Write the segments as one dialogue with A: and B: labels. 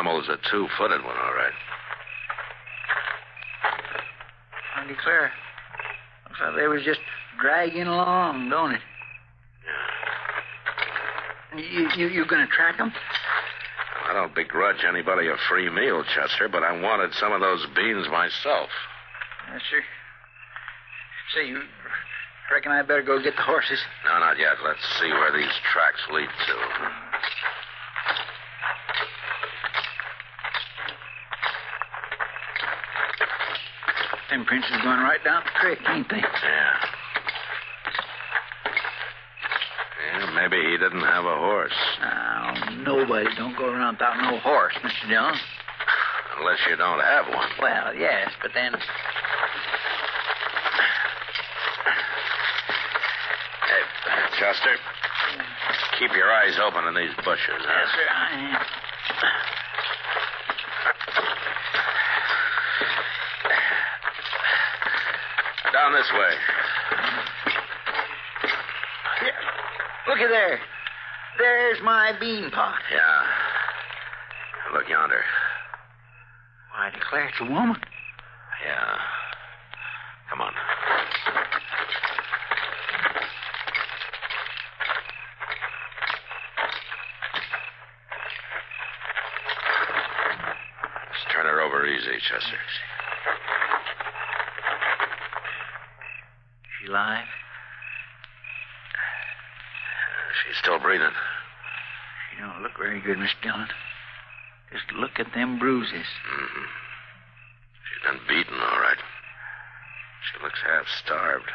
A: Oh,
B: was a two footed one, all right.
A: I declare. Looks like they was just dragging along, don't it? You, you, you gonna track them?
B: I don't begrudge anybody a free meal, Chester, but I wanted some of those beans myself.
A: Yes, sir. Say, you reckon I better go get the horses?
B: No, not yet. Let's see where these tracks lead to.
A: Them prints is going right down the creek, ain't they?
B: Yeah. Yeah, maybe he didn't have a horse.
A: Now, Oh, nobody don't go around without no horse, Mr. Dillon.
B: Unless you don't have one.
A: Well, yes, but then.
B: Hey, Chester, keep your eyes open in these bushes, huh?
A: Yes, sir, I am.
B: Down this way.
A: Here, looky there. There's my bean pot.
B: Yeah. Look yonder.
A: I declare it's a woman.
B: Yeah. Come on. Just turn her over easy, Chester.
A: She alive?
B: She's still breathing.
A: She don't look very good, Mr. Dillon. Just look at them bruises.
B: hmm She's been beaten, all right. She looks half starved.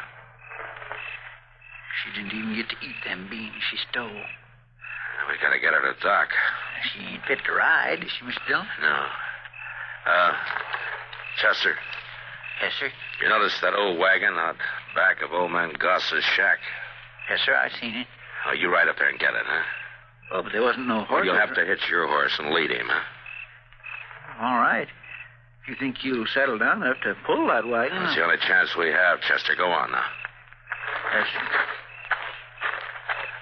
A: She didn't even get to eat them beans she stole.
B: We gotta get her to Doc.
A: She ain't fit to ride, is she, Mr. Dillon?
B: No. Uh, Chester,
A: Yes, sir.
B: you notice that old wagon out back of old man Goss's shack?
A: Yes, sir, I seen it.
B: Oh, you ride up there and get it, huh?
A: Oh, but there wasn't no
B: Or
A: horse.
B: you'll have to hitch your horse and lead him, huh?
A: All right. You think you'll settle down enough to pull that wagon?
B: That's the only chance we have, Chester. Go on now.
A: Yes, sir.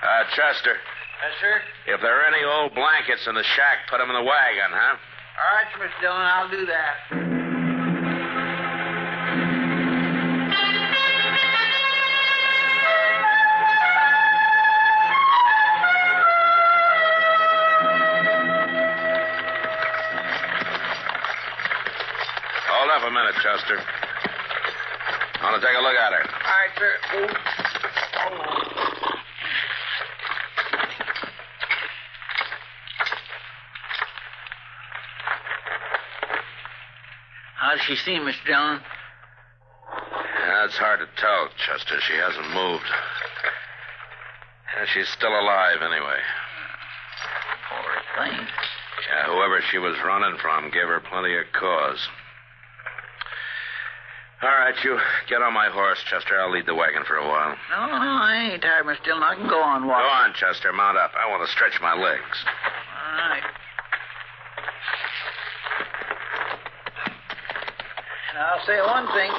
B: Uh, Chester,
A: Yes, sir.
B: if there are any old blankets in the shack, put them in the wagon, huh?
A: All right, Mr. Dillon, I'll do that.
B: Hold up a minute, Chester. I want to take a look at her.
A: All right, sir. Oh. How does she seem, Mr. Dillon?
B: Yeah, it's hard to tell, Chester. She hasn't moved. Yeah, she's still alive, anyway.
A: Poor thing.
B: Yeah, whoever she was running from gave her plenty of cause. All right, you get on my horse, Chester. I'll lead the wagon for a while.
A: No, no, I ain't tired, Mr. Dillon. I can go on
B: Go
A: walking.
B: on, Chester. Mount up. I want to stretch my legs.
A: All right. And I'll say one thing.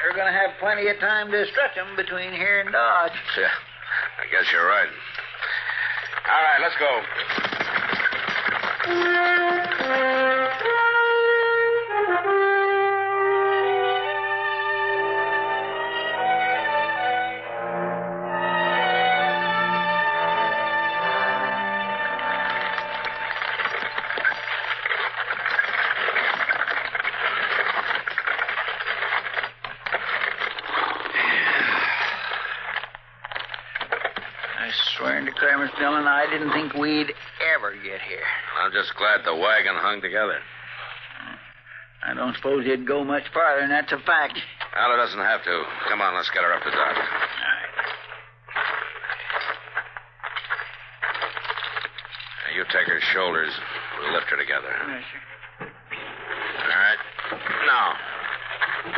A: You're going to have plenty of time to stretch 'em between here and Dodge.
B: Yeah, I guess you're right. All right, let's go.
A: I swear and declare, Mr. Dillon, I didn't think we'd ever get here.
B: I'm just glad the wagon hung together.
A: I don't suppose it'd go much farther, and that's a fact.
B: Well, it doesn't have to. Come on, let's get her up to dock.
A: All right.
B: You take her shoulders. We'll lift her together.
A: Yes, sir.
B: All right. Now.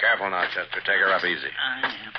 B: Careful now, Chester. Take her up easy.
A: I am.